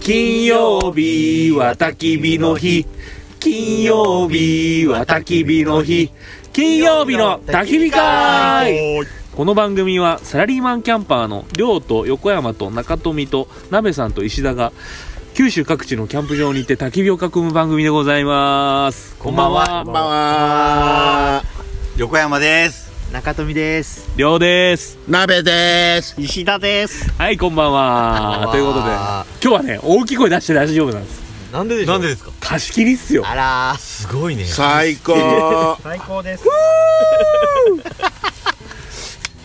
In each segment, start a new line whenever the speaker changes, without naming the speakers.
金曜日は焚き火の日金曜日は焚き火の日金曜日の焚き火会この番組はサラリーマンキャンパーの亮と横山と中富と鍋さんと石田が九州各地のキャンプ場に行って焚き火を囲む番組でございますこんばん
こん
は
ばんは。
横山です。
中富です。
亮です
鍋です。
石田です。
はいこんばんはということで今日はね大きい声出して大丈夫なんです
なんででしょう。
なんでですか
貸し切りっすよ
あらー。
すごいね。
最高
最高です。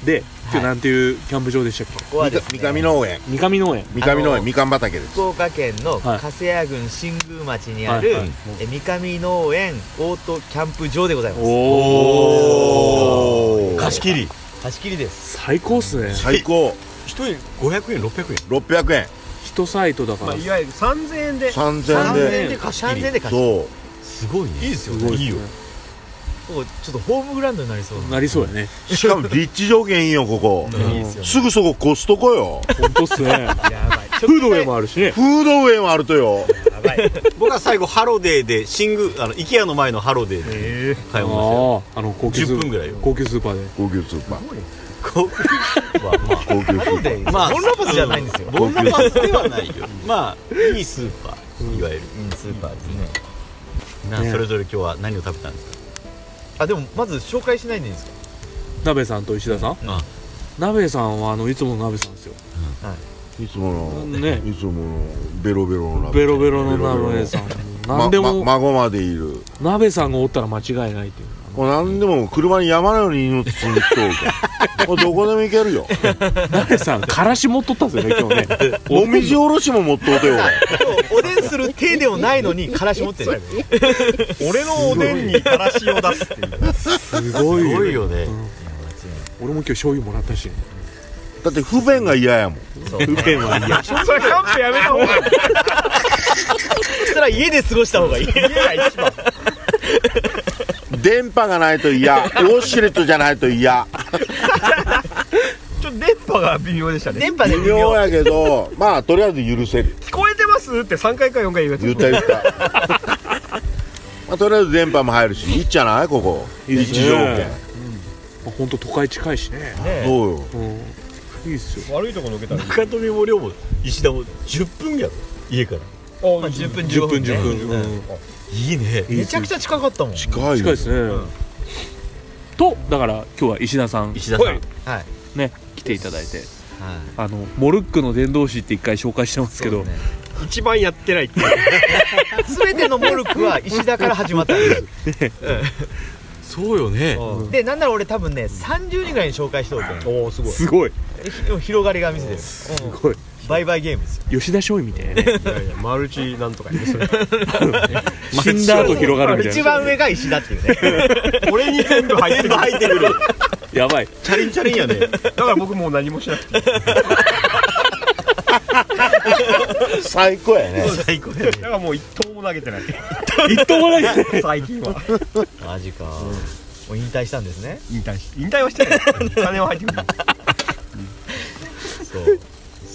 で今日なんていうキャンプ場でしたっけ
ここはです
三
ね。
上農園
三上農園
三上農園みかん畑です
福岡県の
はい
粕谷郡新宮町にある、
はいはい
え三上農園オートキャンプ場でございます
おお
貸し切り。
貸し切りです
最高っすね
最高
一人五百円、六百円。
600円
人サイトだから、
わゆる3000円で
3000
円
で
で貸し切り3000円で貸し切り
そ
すごいね。いいですよ
すごいっすね
ここちょっとホームグラウンドになりそうな
なりそうやね
うしかも立地条件いいよここ
うんいいですよね
すぐそこコストコよ
本当っすね
やばい
フードウェイもあるしね
フードウェイもあるとよ
やばいへ
僕は最後ハロデーで、新宮、あの、イケアの前のハロデーで
え
買い
あ
物し
あ
たよ。
あの高級スー
10分ぐらいよ
高級スーパーで
高級スーパー
こうまあまあ
高級
な
ス
の
ー
で、
ま
ま
あ
あ、ボンラバスじゃないんですよ
ボンラバスではないよ。まあ、いいスーパー、いわゆる。
うんスーパーですね
な
ね
それぞれ今日は何を食べたんです
あでもまず紹介しないでいいんですか
鍋さんと石田さん
か。
鍋さんはあのいつもの鍋さんですよ
プいつもの
ね
いつものベロベロの鍋
ベロベロの鍋さん
ま
何で
ま
も
孫までいる
鍋さんがおったら間違いないっていう
これ何でも車に山のように荷物積んできとるからこれどこでも行けるよ
鍋さんからし持っとったんですよね今日ね
もみじおろしも持っとうてよ俺
今日おでんする手でもないのにからし持ってる
俺のおでんにからしを出すっていう。
すごい
す
よ
ごいよね。
俺も今日醤油もらったし
だって不便が嫌やもん
不便はいいや
それキャンプやめた方がいいそしたら家で過ごした方がいい家が一番
電波がないと嫌ウォシュレットじゃないと嫌
ちょっと電波が微妙でしたね
電波で
微
微
妙
妙
やけどまあとりあえず許せる
聞こえてますって3回か4回言われて
言った言った、まあ、とりあえず電波も入るしいいっちゃないここ
いいです
立
ね
地条件
まあ本当都会近いしね
ね
そうよ
うんいいっすよ
悪いとこ抜けたら
中富も寮も、石田も10分やろ。家から。
あ
10分
10
15
分
分
10分
ね
うん
いいね。
いい
め
っす
ち
よ
ゃくちゃ近かったもん
近いよ
近いですね、とだから今日は石田さん
石田さん。
はい
ね来ていただいてあのモルックの伝道師って一回紹介してますけど、
一番やってないって
すべてのモルクは石田から始まったんです
そうよね。
でなんなら俺多分ね30人ぐらいに紹介しておいて
おおすごい
すごい
広がりが見せてるす
ごい
バイバイゲームですよ
吉田松陰みたいなね
いやいやマルチなんとかねそれ
死んだ後広がるみた
一
いな
番上が石田っていうね
俺に全部入ってる
全部入ってくる。
やばい
チャリンチャリンやね。
だから僕もう何もしなくていい
最高やね
最高だよね
だからもう一投も投げてない
一投もないですね
最近は
マジかもう引退したんですね
引退し引退はしてない金は入って くる
そう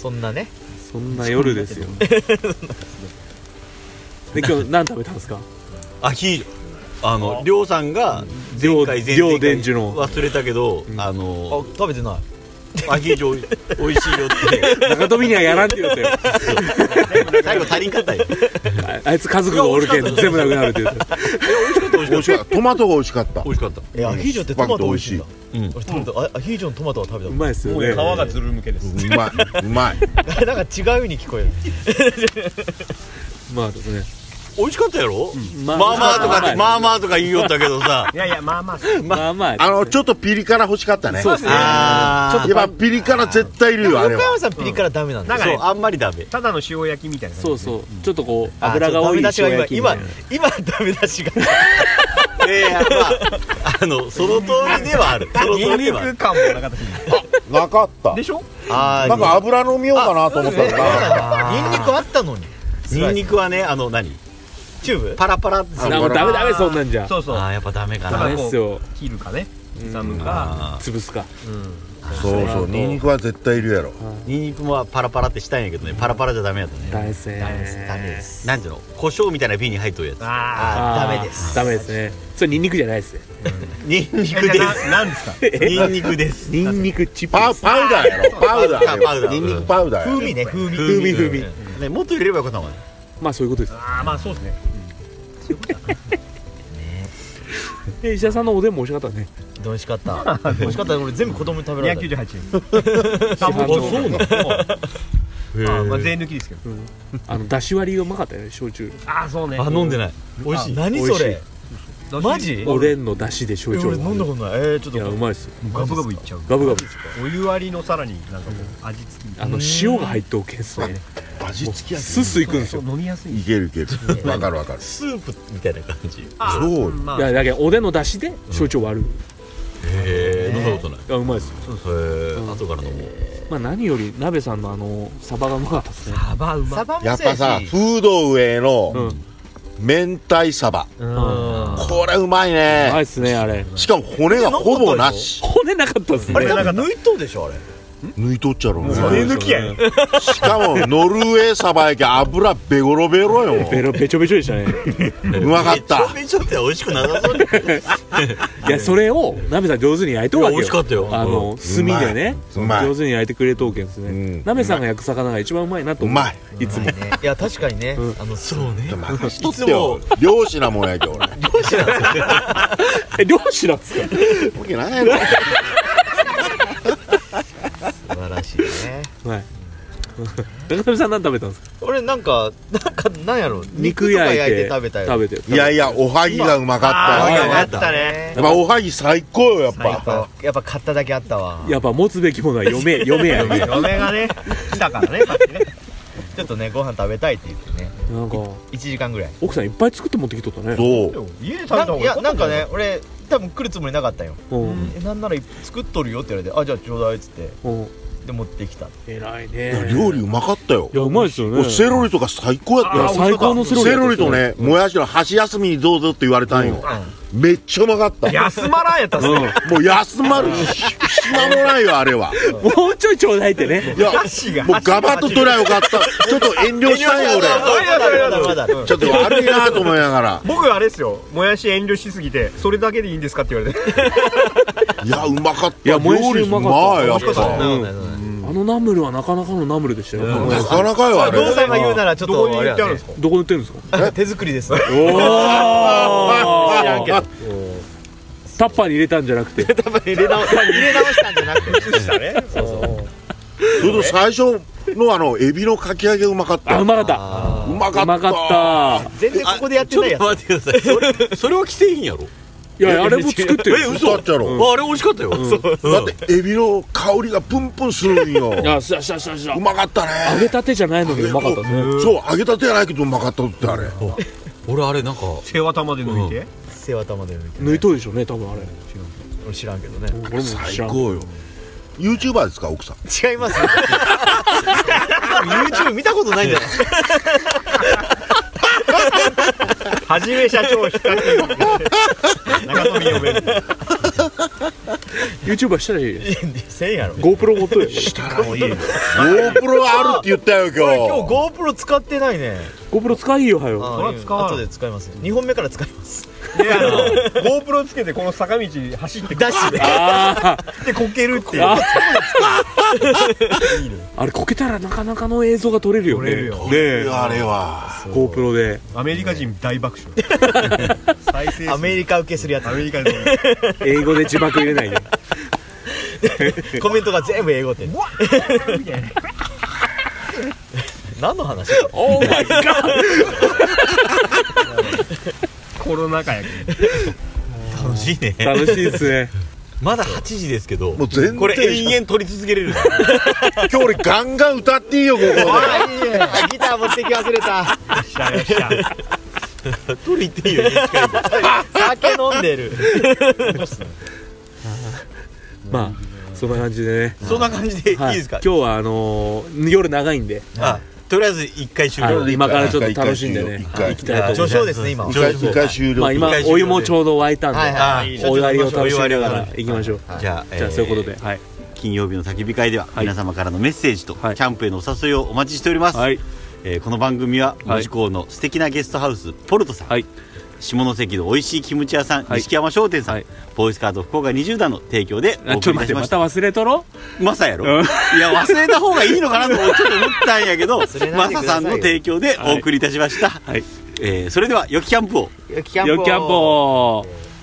そんなね
そんな夜ですよ で今日何食べたんですか
アヒージョあのりょうさんが前回前
両
々
伝
回
授の
忘れたけど、あ
あ
の
食べてない
アヒージョ美味しいよっ
中富にはやらんって言うてよ
て最後足りんかったよ
ああいつ家族がおるけん全部なくなるって言うて
美味しかったトマトが美味しかった
美味しかった
えアヒージョってトマト美味しいんだ
うん
俺トマトあアヒージョのトマトは食べ
う
たこ
まいっすよ
もう
ね
皮がずる向けです
うまいうまい
とないなんか違うように聞こえる
まあですね
美味しかったやろ、
ん
まあまあとかって
ま
まあまあとか言いよったけど さ
いやいやまあまあ
まあまあ
あのちょっとピリ辛欲しかったね
そうですね
あ
やっぱピリ辛絶対いるよあ
横
れは
山さんピリ辛ダメなんだ
な
よ
んか
そ
ね
うあんまりダメ
ただの塩焼きみたいな
そ
感
う
じ
そうちょっとこう
あ
油が多い
ちょっとダメ出し
み
が
た
今
いな
今今ダメ出しが
ええまああのその通りでは あるその通りではあ
ニンニ
る
ク感もなかったし
なかった
でしょ
あ
なんか油飲みようかなと思ったらな
ニンニクあったのに
ニンニクはねあの何
チューブ
パラパラってす
あ
る
もうダメダメそんなんじゃ
そうそう
あーやっぱダメ
だ
かな
か
ダメ
ら
っ
こ
すよ
う切るかね刻むか
あ
潰すか
ー
そうそうニンニクは絶対いるやろ
ニンニクもパラパラってしたんやけどねパラパラじゃダメやったね
ダメですね
ダメです
なんていうの胡椒みたいな瓶に入っとるやつ
あ
あー
ダメです
ダメですねそれニンニクじゃないですね
ニンニ
あ
クで
なんですか
すニンニクです
ニンニクチップ
パ
です
パウダーやろパウダ
パウダ
ー
ー
ニンニクパウダーやろ
風味ね風味
風味風味
うんねもっと入れればよかったもんね
まあそういうことです
ああまあそうですね
え石田さんのおでんも美味しかったね
美味しかった 美味しかった俺全部子供に食べられた
298円
市販の
な
へー
まあ税抜きですけど
あのだし割りがうまかったよね焼酎
ああそうね
あ飲んでない美味しい何そ
美味
れマジ
おでんのだしで焼
俺
酎を
飲んだことないえーちょっ
いやう
と
まいですよ
ガブガブいっちゃう
ガブガブ
お湯割りのさらになんかもう味付き
あの塩が入っておけんすね
味付きや
スッスいくんです
そう
よ
飲みやすい
いけるいけるわかるわかる
スープみたいな感じ
あ
そうよ
ま
いや
あ
だけどおでんのだしで焼酎割る
へえ飲んだことない
いやうまいですよ
へえ後から飲もう
まあ何より鍋さんのあのサバがうまかったですね
サバうま
サバ
や
も
っ
そう
ぱ
や
さ
し
フードウェイ
うん
の
う
明太サバ
ま
これうまい
い
ね
っすねあれ
しかも骨がほぼなし
骨なかったですね
あれ
なんか抜いとうでしょあれ
抜いとっちゃろう
骨
ね
抜きやん
しかもノルウェーサバやけ油ベゴロベロ
ベ
よ
ロべちょべちょでしたね
うまかった
めちゃめちゃって美味しくなさそうに
いやそれを鍋さん上手に焼いとうわけ
いや美味しかったよ
あの炭でね
うまい
上手に焼いてくれとうけんです
う
ね
ん
鍋さんが焼く魚が一番うまいなと
う
思
まい
いつも
いや確かにね
う
あのそう
そう ね
任しと
い
っ
つ
てよ
も
漁師なもんやけ俺わ
え漁師なんですか
けないやろ
素晴らしいね
はい 中谷さん何食べたんですか
俺なんかなんかなんやろ
肉
とか
焼いて
て食べたよ
食べて
いやいやおはぎがうまか
あ
っ
あ
たよ
よ
ー
かったね
やっぱおはぎ最高よやっ
最
ぱ
高
やっぱ買っただけあったわ
やっぱ持つべきものは嫁 嫁やね
嫁がね来たからねさっきね
ちょっとねご飯食べたいって言ってね
なんか
1時間ぐらい
奥さんいっぱい作って持ってきとったね
そう
家で食べた
な
方が
んいやなんかね俺多分来るつもりなかったんよ
うん
えなんなら作っとるよって言われてあじゃあちょうだいっつって
うん
で持ってきた
偉い
いや
ね
料理うまかったよ
いやうまいですよね
俺セロリとか最高やっ
い
た
や
よ
最高のセロリ
セロリとねもやしの箸休みにどうぞって言われたんよめっちゃうまかった
休まらんやったっすね
もう休まる暇もないよあれは
もうちょいちょうだいってね
いや
足が
もうガバッと取りゃよかったちょっと遠慮したんよ
ま
俺
だまだまだ
ちょっと悪いなと思いながら
僕あれですよもやし遠慮しすぎてそれだけでいいんですかって言われて
いやうまかった
いやもやし
料理
うまかった
うまいやっ
美味しか
ぱ
っ
うんあのナムルはなかなかのナムルでしたよ
うんなかなかよあれ
どうさんが言うならちょっと
どこに言ってあるんですか
どこ塗ってるんですか
あれやね手作り です
おー
知らんけど
タッパーに入れたんじゃなくて
多分入れ直入れ直したんじゃなくて そうそう
それと最初のあのエビのかき揚げうまかった
あ
よ
う
う
まかっ
ま
た
か
うまか
った
った
全然ここでやって
ちょ
な
っ
いや
と待ってくださいそれそれは着ていいんやろ
いやあれも作ってる
え嘘だっちゃろ
ああれ美味しかったよ
だってエビの香りがプンプンするんよ
いやしたしたしたした
うまかったね
揚げたてじゃないのにうまかったですね
そう揚げたてやないけどうまかったってあれ
俺あれなんか
手は玉で抜いて
つ背わたまで抜いて
抜いとるでしょうね多分あれ
俺知らんけどね
俺も知ら
最
ん
高よ YouTuber ですか奥さん
違います YouTube 見たことないんじゃない
はじめ社長ひかけ中富嫁
YouTuber したらいいよ
せんやろ
GoPro 持っとるよ
したらいい GoPro あるって言ったよ
今日
今
GoPro 使ってないね
GoPro 使いよはよ
それは使わん
後で使います2本目から使います
であの GoPro つけてこの坂道走って
ダッシュで
あー
でこけるっていう
ああれこけたらなかなかの映像が撮れるよね
撮れるよ
ね
日
え
あれは
GoPro で
アメリカ人大爆 笑再生数
アメリカ受けするや
ア
つ
メリカ人
英語で字幕入れないで
コメントが全部英語って 何の話
オーマイガー
コロナ禍やけど
楽しいね
楽しいですね
まだ8時ですけど
もう全然
これ延々撮り続けれるな
今日俺ガンガン歌っていいよここで
あギター持ってき忘れた
しゃよっしゃ
撮りっていいよね
酒飲んでる
まあそんな感じでね
そんな感じでいい
は
ですか
今日はあのー夜長いんで
あとりあえず一回終
は
了
い今からちょっと楽しんでね
一
は
回
い行
一回
きたいと思いま
序
す
章ですね今
一
上
回
手
一回終了
まあ今
一回
お湯もちょうど沸いたんで
はいはい
あ
お湯割りを楽しみながら
お
行き
湯割りを
ましょう
じゃあ
じゃあそういうことで
え
はい
ー
金曜日の焚き火会では
はい
皆様からのメッセージとキ
はい
ャンプへのお誘いをお待ちしております、
はい
えーこの番組は
はい
門司港の素敵なゲストハウスポルトさん、
はい
下関の美味しいキムチ屋さん、
はい
錦山商店さん、
はい
ボーイスカート福岡20段の提供で
あ
お
ちょ
送
っと
り
待って
いたしま
ま
したた
忘れとろ
マサやろ、
うん
いや忘れた方がいいのかなと ちょっと思ったんやけど
忘れな
マ
いでください
サさん
よ
の提供でお送りいたしました、
はい
えーそれでは良きキャンプを
よきキャンプ
よきゃんぼー